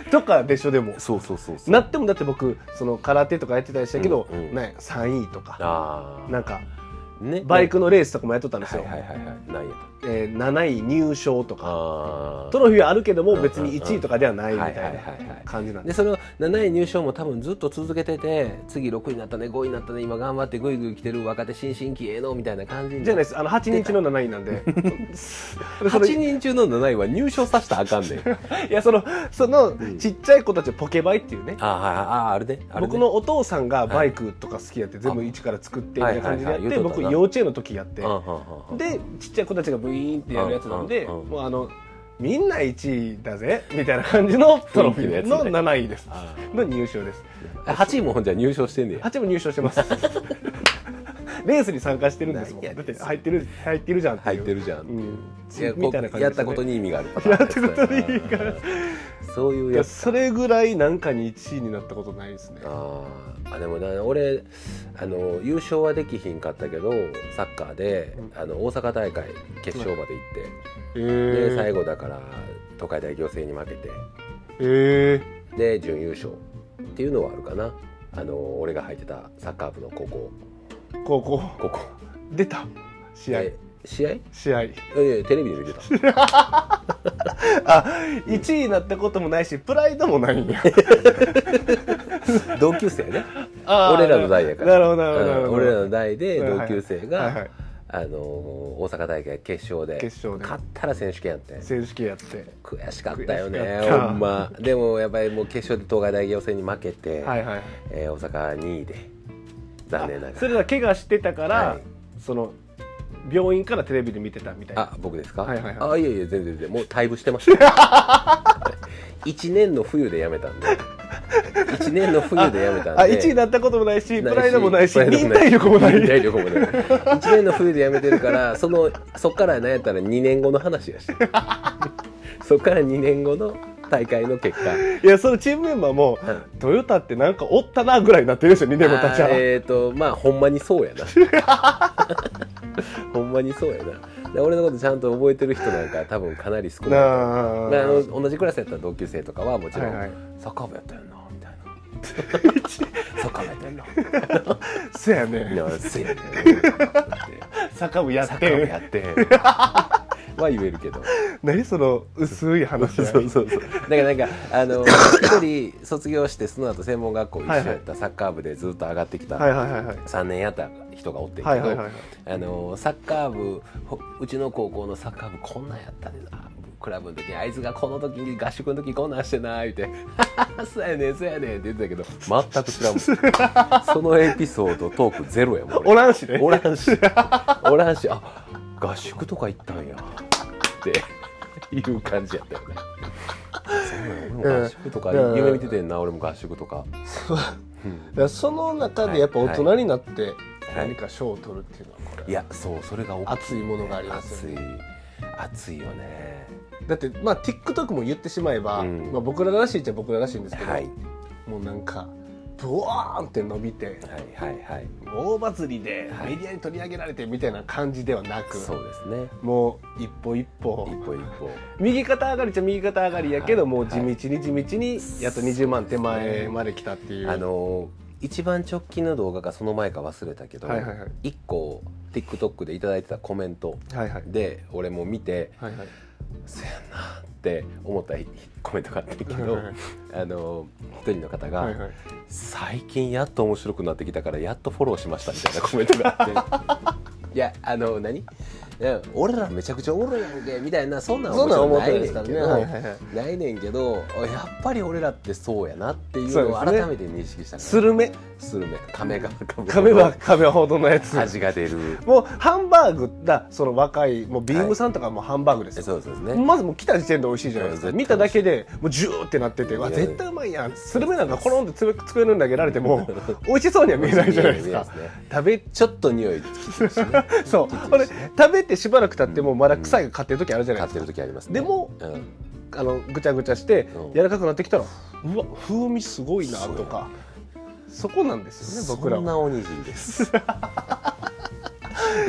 [SPEAKER 1] とかでしょでも
[SPEAKER 2] そうそうそうそう
[SPEAKER 1] なってもだって僕その空手とかやってたりしたけど、
[SPEAKER 2] うんうん
[SPEAKER 1] ね3位とか
[SPEAKER 2] あ
[SPEAKER 1] なんか
[SPEAKER 2] あね
[SPEAKER 1] バイクのレースとかもやっとったんです
[SPEAKER 2] はい
[SPEAKER 1] よ、
[SPEAKER 2] はいはいはいなんや
[SPEAKER 1] えー7位入賞とか
[SPEAKER 2] あ
[SPEAKER 1] トロフィーはあるけども別に1位とかではないみた
[SPEAKER 2] は
[SPEAKER 1] い
[SPEAKER 2] いはい
[SPEAKER 1] な
[SPEAKER 2] はいはい
[SPEAKER 1] 感じなんで
[SPEAKER 2] でその7位入賞も多分ずっと続けてて次6位になったね5位になったね今頑張ってグイグイ来てる若手新進気鋭のみたいな感じに
[SPEAKER 1] じゃないですあの8日の7位な んでそれ
[SPEAKER 2] 8人中の7位は入賞させたらあかん ねん
[SPEAKER 1] いやそのその
[SPEAKER 2] ん
[SPEAKER 1] ちっちゃい子たちはポケバイっていうね
[SPEAKER 2] あはいはいああれねあれね
[SPEAKER 1] 僕のお父さんがバイクとか好きやって全部一から作ってみたいな感じでや
[SPEAKER 2] は
[SPEAKER 1] っ
[SPEAKER 2] いは
[SPEAKER 1] て
[SPEAKER 2] いはい言うとった
[SPEAKER 1] 僕
[SPEAKER 2] な
[SPEAKER 1] 幼稚園の時やって
[SPEAKER 2] うんうんうんうん
[SPEAKER 1] でちっちゃい子たちがブイーンってやるやつなんで
[SPEAKER 2] うんうんうん
[SPEAKER 1] もうあのみんな1位だぜみたいな感じ のトロフィ
[SPEAKER 2] 雰囲
[SPEAKER 1] ー
[SPEAKER 2] 気のや
[SPEAKER 1] の
[SPEAKER 2] つね
[SPEAKER 1] 7位です
[SPEAKER 2] あ
[SPEAKER 1] の入賞です
[SPEAKER 2] 8位もほんじゃ入賞してんねや
[SPEAKER 1] 8も入賞し てますレースに参加してるんですもん
[SPEAKER 2] な
[SPEAKER 1] だ
[SPEAKER 2] んや
[SPEAKER 1] って入ってる入ってるじゃんってい
[SPEAKER 2] 入
[SPEAKER 1] う
[SPEAKER 2] ってるじゃんって
[SPEAKER 1] う
[SPEAKER 2] いうんいやこう
[SPEAKER 1] みたいな感じ
[SPEAKER 2] や
[SPEAKER 1] で
[SPEAKER 2] ったこと
[SPEAKER 1] に
[SPEAKER 2] に意味があるパタ
[SPEAKER 1] や
[SPEAKER 2] ーン
[SPEAKER 1] ったことに意味がある
[SPEAKER 2] そういうやつ
[SPEAKER 1] それぐらいなんかに1位になったことないですね
[SPEAKER 2] あーあでもな俺あの優勝はできひんかったけどサッカーで、
[SPEAKER 1] うん
[SPEAKER 2] あの大阪大会決勝まで行って、
[SPEAKER 1] え
[SPEAKER 2] で
[SPEAKER 1] ー
[SPEAKER 2] 最後だから東海大仰星に負けて
[SPEAKER 1] え
[SPEAKER 2] で準優勝っていうのはあるかなあの俺が入ってたサッカー部の高校
[SPEAKER 1] ー高校
[SPEAKER 2] ここ
[SPEAKER 1] 出た試合
[SPEAKER 2] で試合い
[SPEAKER 1] 試
[SPEAKER 2] や
[SPEAKER 1] 合
[SPEAKER 2] いやテレビで見てた
[SPEAKER 1] あ1位になったこともないしプライドもないんや
[SPEAKER 2] 同級生ね俺らの代やから
[SPEAKER 1] なるほどなるほどな
[SPEAKER 2] う
[SPEAKER 1] るほ
[SPEAKER 2] ん
[SPEAKER 1] ど
[SPEAKER 2] 俺らの代で
[SPEAKER 1] はいは
[SPEAKER 2] 同
[SPEAKER 1] い
[SPEAKER 2] 級生
[SPEAKER 1] はいは
[SPEAKER 2] が
[SPEAKER 1] い
[SPEAKER 2] あの大阪大会決勝で
[SPEAKER 1] 決勝で
[SPEAKER 2] 勝ったら選手権やってん
[SPEAKER 1] 選手権やって
[SPEAKER 2] 悔しかったよね
[SPEAKER 1] 悔しかった
[SPEAKER 2] ほんまでもやっぱりもう決勝で東海大予選に負けて、
[SPEAKER 1] はいはい
[SPEAKER 2] えー大阪2位で残念なが
[SPEAKER 1] そ
[SPEAKER 2] ら
[SPEAKER 1] れら怪我してたから、
[SPEAKER 2] はい
[SPEAKER 1] その病院からテレビで見てたみたいな
[SPEAKER 2] あ僕ですか、
[SPEAKER 1] はいはいは
[SPEAKER 2] あいやいや全然全然もう退部してま した1年の冬で辞めたんで1年の冬で辞めたんで
[SPEAKER 1] あ1位になったこともないしプ
[SPEAKER 2] ないし
[SPEAKER 1] ライドもないし
[SPEAKER 2] プライド
[SPEAKER 1] 忍耐力もない
[SPEAKER 2] 忍耐力もない1年の冬で辞めてるからそのそっから何やったら2年後の話やしそっから2年後の大会の結果
[SPEAKER 1] いやそのチームメンバーも、
[SPEAKER 2] う
[SPEAKER 1] トヨタってなんかおったなぐらいになってるでしょ2年も経っちゃ
[SPEAKER 2] あー
[SPEAKER 1] う
[SPEAKER 2] えっ、とまあほんまにそう やなほんまにそうやなで俺のことちゃんと覚えてる人なんか多分かなり少ない
[SPEAKER 1] な
[SPEAKER 2] まあ
[SPEAKER 1] あ
[SPEAKER 2] あの同じクラスやったら同級生とかはもちろん、
[SPEAKER 1] はいはい
[SPEAKER 2] サッカー部やったよなみたい なサッカー部やったよな
[SPEAKER 1] そや
[SPEAKER 2] みん
[SPEAKER 1] ね
[SPEAKER 2] なすやね
[SPEAKER 1] 坂部や
[SPEAKER 2] サ
[SPEAKER 1] っ
[SPEAKER 2] ッカー部
[SPEAKER 1] て
[SPEAKER 2] やってんは言えるけど
[SPEAKER 1] 何その薄い話
[SPEAKER 2] そう
[SPEAKER 1] や
[SPEAKER 2] そうそうだからなんかあの一人卒業してその後専門学校一緒やったサッカー部でずっと上がってきた
[SPEAKER 1] はいはいはいはい
[SPEAKER 2] 3年やった人がおってんけど、
[SPEAKER 1] はいはいはいはい
[SPEAKER 2] あのサッカー部ほうちの高校のサッカー部こんなんやったでなクラブの時にあいつがこの時に合宿の時こんなんしてな言うて 「そうやねんそうやねん」って言ってたけど全く知らんもん そのエピソードトークゼロやもん俺
[SPEAKER 1] おらんしね
[SPEAKER 2] おらんしおらんしあ合宿とか行ったんやっていう感じやったよねそうなんや俺も合宿とか
[SPEAKER 1] うん
[SPEAKER 2] 夢見ててんな俺も合宿とか、うん
[SPEAKER 1] だからその中でやっぱ大人になって
[SPEAKER 2] はい
[SPEAKER 1] 何か賞を取るっていうのはこれ
[SPEAKER 2] いやそうそれが大きい
[SPEAKER 1] 熱いものがありますよね
[SPEAKER 2] 熱い熱いよね
[SPEAKER 1] だってまあ TikTok も言ってしまえば、
[SPEAKER 2] うん
[SPEAKER 1] まあ、僕ららしいっちゃ僕ららしいんですけど、
[SPEAKER 2] はい
[SPEAKER 1] もうなんかブワーンって伸びて
[SPEAKER 2] はいはいはい
[SPEAKER 1] 大バズりで
[SPEAKER 2] はい
[SPEAKER 1] メディアに取り上げられてみたいな感じではなく、
[SPEAKER 2] そうですね
[SPEAKER 1] もう一歩一歩
[SPEAKER 2] 一歩一歩
[SPEAKER 1] 右肩上がりっちゃ右肩上がりやけど、
[SPEAKER 2] はい
[SPEAKER 1] もう
[SPEAKER 2] は
[SPEAKER 1] 地道に地道にやっと20万手前まで来たっていう、
[SPEAKER 2] あのー一番直近の動画かその前か忘れたけど、
[SPEAKER 1] はいはいはい
[SPEAKER 2] 一個 TikTok でいただいてたコメント
[SPEAKER 1] はいはい
[SPEAKER 2] で俺も見て
[SPEAKER 1] はいはい
[SPEAKER 2] 「せやな」って思ったひコメントがあったけど
[SPEAKER 1] はいはいはい
[SPEAKER 2] あのー一人の方が、
[SPEAKER 1] はいはい
[SPEAKER 2] 最近やっと面白くなってきたからやっとフォローしました」みたいなコメントがあって いやあの何いや俺らめちゃくちゃおもろいやんけみたいなそんなん
[SPEAKER 1] そんなん思
[SPEAKER 2] 面
[SPEAKER 1] って
[SPEAKER 2] 白
[SPEAKER 1] ない
[SPEAKER 2] い
[SPEAKER 1] で
[SPEAKER 2] ですす
[SPEAKER 1] か
[SPEAKER 2] からら
[SPEAKER 1] ね
[SPEAKER 2] ね
[SPEAKER 1] はいはいはい
[SPEAKER 2] ないねんけどあやっぱり俺らってそうやなっていうのを
[SPEAKER 1] そうですね
[SPEAKER 2] 改めて認識した
[SPEAKER 1] スルメ
[SPEAKER 2] スルメカメが
[SPEAKER 1] 噛めば噛めほどのやつ
[SPEAKER 2] 味が出る
[SPEAKER 1] もうハンバーグだその若いもうビームさんとかもハンバーグですよ、
[SPEAKER 2] そうですね
[SPEAKER 1] まずもう来た時点で美味しいじゃないです
[SPEAKER 2] う
[SPEAKER 1] か
[SPEAKER 2] ん
[SPEAKER 1] 見ただけでもうジューってなっててわ
[SPEAKER 2] や
[SPEAKER 1] 絶対うまいやんスルメなんかコロンってつぶ机の上に投げられて も美味しそうには見えないじゃないで
[SPEAKER 2] 見
[SPEAKER 1] すか
[SPEAKER 2] えない見えないですね
[SPEAKER 1] 食べ
[SPEAKER 2] ちょっと匂いきついしね
[SPEAKER 1] そうこれ食べてしばらく経ってもまだ臭いが勝ってる時あるじゃな い
[SPEAKER 2] 買って
[SPEAKER 1] ですか
[SPEAKER 2] る時ありますね
[SPEAKER 1] でも
[SPEAKER 2] うん
[SPEAKER 1] あのぐちゃぐちゃして
[SPEAKER 2] うん
[SPEAKER 1] 柔らかくなってきたらうわ風味すごいなとかそこなんですよね僕ら
[SPEAKER 2] そん
[SPEAKER 1] は
[SPEAKER 2] なおにぎりです い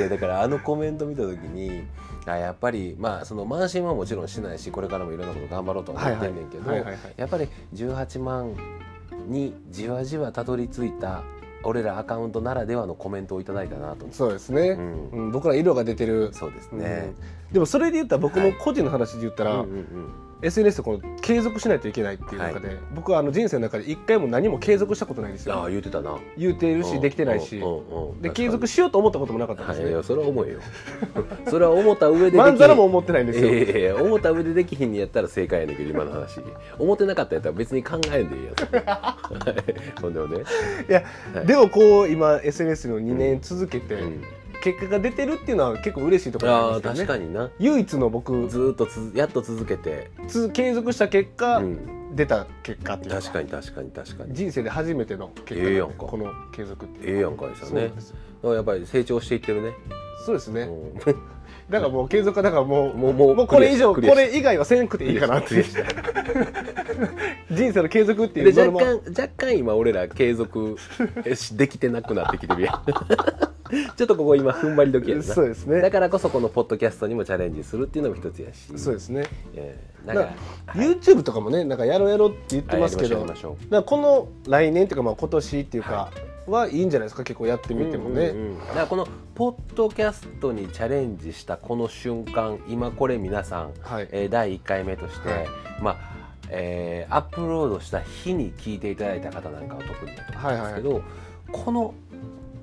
[SPEAKER 2] やだからあのコメント見た時にあやっぱりまあその慢心はもちろんしないしこれからもいろんなこと頑張ろうとは思ってんねんけど
[SPEAKER 1] はいはいはいはいはい
[SPEAKER 2] やっぱり18万にじわじわたどり着いた俺らアカウントならではのコメントをいただいたなと思って
[SPEAKER 1] そうですね、
[SPEAKER 2] ん
[SPEAKER 1] うん僕ら色が出てる
[SPEAKER 2] そうです
[SPEAKER 1] うん
[SPEAKER 2] ね、
[SPEAKER 1] でもそれで言ったら僕の個人の話で言った
[SPEAKER 2] うん
[SPEAKER 1] ら、
[SPEAKER 2] うんうん、
[SPEAKER 1] SNS をこの継続しないといけないっていう中で、僕はあの人生の中で一回も何も継続したことないんです
[SPEAKER 2] ああ
[SPEAKER 1] よ
[SPEAKER 2] 言ってたな
[SPEAKER 1] 言うてるしできてないし
[SPEAKER 2] うんうんうん
[SPEAKER 1] で継続
[SPEAKER 2] し
[SPEAKER 1] しようと思ったこともなかったん
[SPEAKER 2] は
[SPEAKER 1] で
[SPEAKER 2] い
[SPEAKER 1] す
[SPEAKER 2] い
[SPEAKER 1] ね
[SPEAKER 2] やそれは思うよ それは思った上ででき
[SPEAKER 1] まんざらも思ってないんですよ、
[SPEAKER 2] ええ思った上でできひんにやったら正解やねんけど今の話思ってなかったやったら別に考えんでいいや つほんでもね、
[SPEAKER 1] いや、
[SPEAKER 2] はい
[SPEAKER 1] でもこう今 SNS の2年続けて、
[SPEAKER 2] うん
[SPEAKER 1] 結果が出てるっていうのは結構嬉しいところ
[SPEAKER 2] あ
[SPEAKER 1] な
[SPEAKER 2] あ
[SPEAKER 1] んです
[SPEAKER 2] 確か
[SPEAKER 1] よね
[SPEAKER 2] にな
[SPEAKER 1] 唯一の僕
[SPEAKER 2] ずーっとつやっと続けて、
[SPEAKER 1] つ継続した結果、
[SPEAKER 2] うん、
[SPEAKER 1] 出た結果っていう
[SPEAKER 2] 確かに確かに確かに
[SPEAKER 1] 人生で初めての結果なん
[SPEAKER 2] ええ
[SPEAKER 1] で
[SPEAKER 2] やんか
[SPEAKER 1] この継続って
[SPEAKER 2] ええやんかいさ
[SPEAKER 1] そうな
[SPEAKER 2] ね
[SPEAKER 1] んですよ
[SPEAKER 2] やっぱり成長していってるね
[SPEAKER 1] そうですね、
[SPEAKER 2] うん
[SPEAKER 1] だからもう継続はだからもう
[SPEAKER 2] もうもう
[SPEAKER 1] これ以上こ
[SPEAKER 2] クリアし
[SPEAKER 1] れ以外はせんくていいかなっていう
[SPEAKER 2] クリアし
[SPEAKER 1] 人生の継続って
[SPEAKER 2] で
[SPEAKER 1] い うもの
[SPEAKER 2] 若
[SPEAKER 1] も
[SPEAKER 2] 干若干今俺ら継続えし できてなくなってきてるやん ちょっとここ今踏ん張り時やんな
[SPEAKER 1] そうですね
[SPEAKER 2] だからこそこのポッドキャストにもチャレンジするっていうのも一つやし
[SPEAKER 1] そうですね
[SPEAKER 2] ええ
[SPEAKER 1] だ
[SPEAKER 2] だ
[SPEAKER 1] か
[SPEAKER 2] からら、
[SPEAKER 1] YouTube とかもねなんかやろうやろうって言ってますけ
[SPEAKER 2] は
[SPEAKER 1] ど、
[SPEAKER 2] いやり
[SPEAKER 1] だ
[SPEAKER 2] ましょうやりましょう
[SPEAKER 1] からこの来年っていうかまあ今年っていうかはいいんじゃないですか結構やってみてもね、
[SPEAKER 2] うんうんうんだからこのポッドキャストにチャレンジしたこの瞬間今これ皆さん、
[SPEAKER 1] はい
[SPEAKER 2] えー第1回目として、
[SPEAKER 1] はい
[SPEAKER 2] まあえーアップロードした日に聞いていただいた方なんかは特にだと思うんですけど、この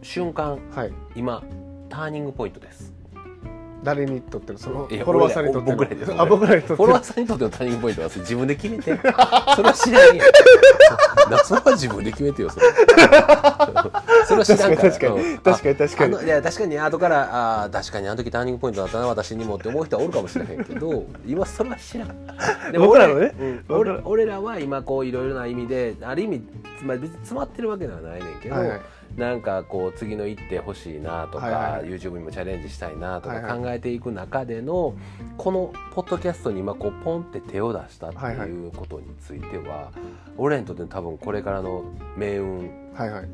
[SPEAKER 2] 瞬間
[SPEAKER 1] はい
[SPEAKER 2] 今ターニングポイントです
[SPEAKER 1] 誰にとってのそのフ
[SPEAKER 2] いや
[SPEAKER 1] ォロワーさんにとっての
[SPEAKER 2] 俺ら僕らです
[SPEAKER 1] あ僕らに
[SPEAKER 2] フ
[SPEAKER 1] とって
[SPEAKER 2] ォロワー
[SPEAKER 1] の
[SPEAKER 2] さんにとってのターニングポイントはそれ自分で決 めてそれは知らんやんなそれは自分で決めてよそれ それは知らんから
[SPEAKER 1] 確かに
[SPEAKER 2] うん
[SPEAKER 1] 確かに確かに
[SPEAKER 2] あのいや確かに後からあー確かにあの時ターニングポイントだったな私にもって思う人はおるかもしれへんけど今それは知らんでも
[SPEAKER 1] 僕らのね僕
[SPEAKER 2] 俺
[SPEAKER 1] ら
[SPEAKER 2] 俺らは今こういろいろな意味である意味つまり別に詰まってるわけではないねんけど、
[SPEAKER 1] はいはい
[SPEAKER 2] なんかこう次の一手欲しいなとか、
[SPEAKER 1] はいはいはい
[SPEAKER 2] YouTube にもチャレンジしたいなと
[SPEAKER 1] はいは
[SPEAKER 2] か
[SPEAKER 1] い
[SPEAKER 2] 考えていく中での、このポッドキャストに今こうポンって手を出したって
[SPEAKER 1] はいはい
[SPEAKER 2] いうことについては、俺らにとっての多分これからの命運
[SPEAKER 1] はいはい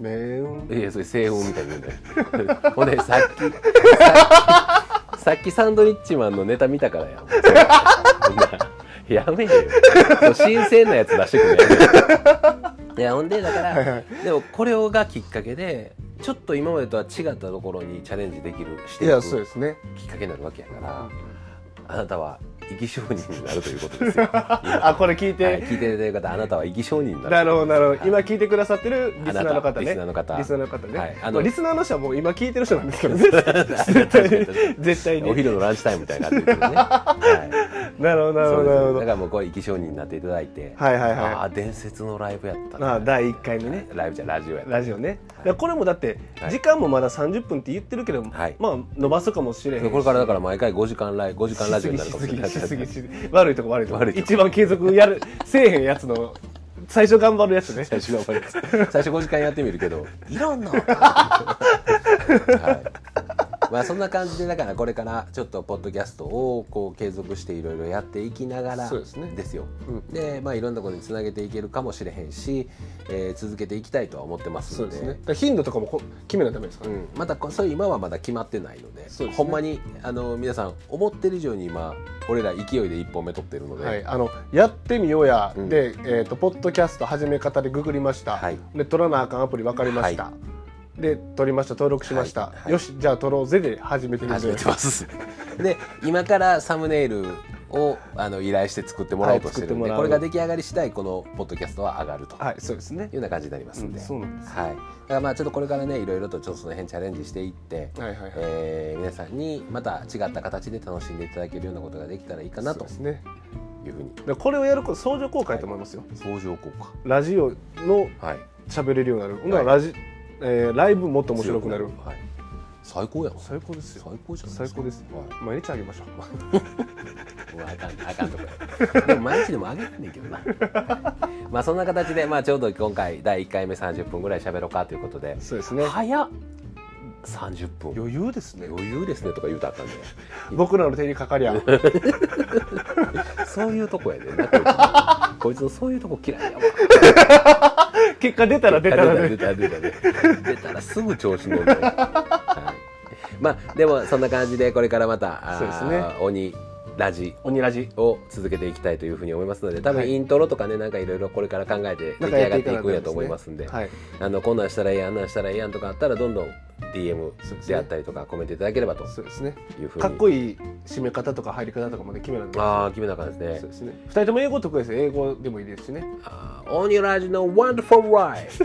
[SPEAKER 1] 命運
[SPEAKER 2] いやそれ西運みたいに言うんだよ ほんでさっきささっきサンドイッチマンのネタ見たからやそん なやめえよそう新鮮なやつ出してくれやめえいやほんでだから、
[SPEAKER 1] はいはい
[SPEAKER 2] でもこれをがきっかけでちょっと今までとは違ったところにチャレンジできるして
[SPEAKER 1] い
[SPEAKER 2] い
[SPEAKER 1] やそう
[SPEAKER 2] く
[SPEAKER 1] ですね
[SPEAKER 2] きっかけになるわけやからあなたは生き証人になるということです よ
[SPEAKER 1] あこれ聞いて、
[SPEAKER 2] はい、聞いていただいた方あなたは生き証人になる
[SPEAKER 1] なるほどなるほど今
[SPEAKER 2] はい
[SPEAKER 1] 聞いてくださってるリスナーの方ね
[SPEAKER 2] あなたリスナーの方
[SPEAKER 1] リスナーの方ね、
[SPEAKER 2] はいあ
[SPEAKER 1] あ
[SPEAKER 2] の
[SPEAKER 1] のリスナーの人はもう今聞いてる人なんですけど ね絶対
[SPEAKER 2] 確かに確か
[SPEAKER 1] に絶対
[SPEAKER 2] お
[SPEAKER 1] に
[SPEAKER 2] 昼のランチタイムみたいな感じですけどね、はい
[SPEAKER 1] なるほどなる
[SPEAKER 2] そ
[SPEAKER 1] ほ
[SPEAKER 2] うで
[SPEAKER 1] どな
[SPEAKER 2] すね
[SPEAKER 1] るほ
[SPEAKER 2] だか
[SPEAKER 1] ど
[SPEAKER 2] らもうこう生き証人になっていただいて、
[SPEAKER 1] はいはいはい
[SPEAKER 2] ああ伝説のライブやった
[SPEAKER 1] ま
[SPEAKER 2] な
[SPEAKER 1] あ第1回目ね
[SPEAKER 2] ライブじゃラジオやった
[SPEAKER 1] ラジオね、だからこれもだって
[SPEAKER 2] はい
[SPEAKER 1] 時間もまだ30分って言ってるけど、
[SPEAKER 2] はい
[SPEAKER 1] まあ伸ばすかもしれへんし
[SPEAKER 2] これからだから毎回5時間ライブ5時間ラジオになる
[SPEAKER 1] し
[SPEAKER 2] かも
[SPEAKER 1] す
[SPEAKER 2] しれ
[SPEAKER 1] ぎ
[SPEAKER 2] ない
[SPEAKER 1] しすぎしすぎ悪いとこ悪いとこ
[SPEAKER 2] 悪いとこ
[SPEAKER 1] 一番継続やるせえへんやつの最初頑張るやつね
[SPEAKER 2] 最初頑張ります最初5時間やってみるけどいろんな、はい、まあそんな感じでだからこれからちょっとポッドキャストをこう継続していろいろやっていきながら
[SPEAKER 1] そうですね
[SPEAKER 2] ですよ
[SPEAKER 1] うん
[SPEAKER 2] でまあいろんなことにつなげていけるかもしれへんし、えー続けていきたいとは思ってます
[SPEAKER 1] そ
[SPEAKER 2] の
[SPEAKER 1] う
[SPEAKER 2] で
[SPEAKER 1] ですねだから頻度とかもこ決めないとダメですから、
[SPEAKER 2] うん、まだこそういう今はまだ決まってないので
[SPEAKER 1] そうですね
[SPEAKER 2] ほんまにあの皆さん思ってる以上に今俺ら勢いで1本目取ってるので、
[SPEAKER 1] はい、あのやってみようや、
[SPEAKER 2] うん
[SPEAKER 1] で、えー、とポッドキャスト始め方でググりました、
[SPEAKER 2] はい
[SPEAKER 1] で取らなあかんアプリ分かりました、
[SPEAKER 2] は
[SPEAKER 1] で取りました登録しました、
[SPEAKER 2] はいはい
[SPEAKER 1] よしじゃあ取ろうぜで始めてるん
[SPEAKER 2] 始
[SPEAKER 1] で
[SPEAKER 2] めてます。で今からサムネイルをあの依頼して作ってもらおうとしてるん
[SPEAKER 1] は
[SPEAKER 2] で、
[SPEAKER 1] い作ってもらう
[SPEAKER 2] これが出来上がり次第このポッドキャストは上がるという
[SPEAKER 1] はいそうですね
[SPEAKER 2] ような感じになりますんで、
[SPEAKER 1] うんそうなんで
[SPEAKER 2] はい、だからまあちょっとこれからねいろいろとちょっとその辺チャレンジしていって、
[SPEAKER 1] はいはいはい、
[SPEAKER 2] えー皆さんにまた違った形で楽しんでいただけるようなことができたらいいかな
[SPEAKER 1] そう
[SPEAKER 2] と
[SPEAKER 1] ですね
[SPEAKER 2] いうふうに
[SPEAKER 1] でこれをやること相乗効果やと思いますよ、
[SPEAKER 2] 相乗効果
[SPEAKER 1] ラジオの
[SPEAKER 2] はい
[SPEAKER 1] 喋れるようになる、ほんならラジえーライブもっと面白くなる
[SPEAKER 2] はい、最高やん
[SPEAKER 1] 最高ですよ
[SPEAKER 2] 最高じゃない
[SPEAKER 1] 最高です
[SPEAKER 2] は
[SPEAKER 1] 毎日あげましょ
[SPEAKER 2] い、もうあかんあかんとかでも毎日でもあげてんねんけどな、 はいまあそんな形で、まあ、ちょうど今回第1回目30分ぐらい喋ろうかということで
[SPEAKER 1] うそうですね
[SPEAKER 2] 早っ30分
[SPEAKER 1] 余裕ですね
[SPEAKER 2] 余裕ですねとか言うたらあかんね
[SPEAKER 1] 僕らの手にかかりゃ
[SPEAKER 2] そういうとこやでなこいつこいつのそういうとこ嫌いやわ
[SPEAKER 1] 結果出たら出たらね
[SPEAKER 2] 出た出た出た出たらすぐ調子乗る、ねはい、まあでもそんな感じでこれからまたあー
[SPEAKER 1] そうですね
[SPEAKER 2] 鬼ラジ
[SPEAKER 1] 鬼ラジ
[SPEAKER 2] を続けていきたいというふうに思いますので多
[SPEAKER 1] は
[SPEAKER 2] 分
[SPEAKER 1] い
[SPEAKER 2] イントロとかねなんかいろいろこれから考えて出来上がっていくんやと思いますんで
[SPEAKER 1] はい、
[SPEAKER 2] あのこんなんしたらええやんあんなんしたらええやんとかあったらどんどん DM
[SPEAKER 1] そうですね
[SPEAKER 2] であったりとかコメントいただければと
[SPEAKER 1] そうですね
[SPEAKER 2] いうふうに
[SPEAKER 1] かっこ
[SPEAKER 2] いい
[SPEAKER 1] いい締め方とか入り方とかもね決めなきゃ
[SPEAKER 2] ああ決めなあかんです
[SPEAKER 1] いけない
[SPEAKER 2] ね
[SPEAKER 1] そうですね二人とも英語得意ですよ英語でもいいですしね
[SPEAKER 2] あーオニラジの Wonderful Life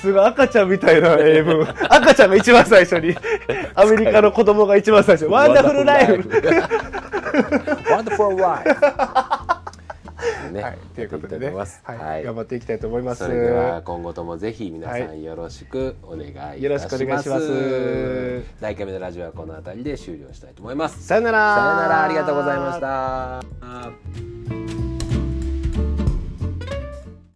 [SPEAKER 1] すごい赤ちゃんみたいな英文赤ちゃんが一番最初 にアメリカの子供が一番最初ワンダフルライフ
[SPEAKER 2] Wonderful Life ね
[SPEAKER 1] はい、ということで
[SPEAKER 2] やっていきたいと思い
[SPEAKER 1] ね、
[SPEAKER 2] ます
[SPEAKER 1] はい
[SPEAKER 2] はい
[SPEAKER 1] 頑張っていきたいと思います。
[SPEAKER 2] それでは今後ともぜひ皆さんよろしくお願いいたします、
[SPEAKER 1] よろしくお願いします
[SPEAKER 2] 第一回目のラジオはこの辺りで終了したいと思います
[SPEAKER 1] さよなら
[SPEAKER 2] さよならありがとうございました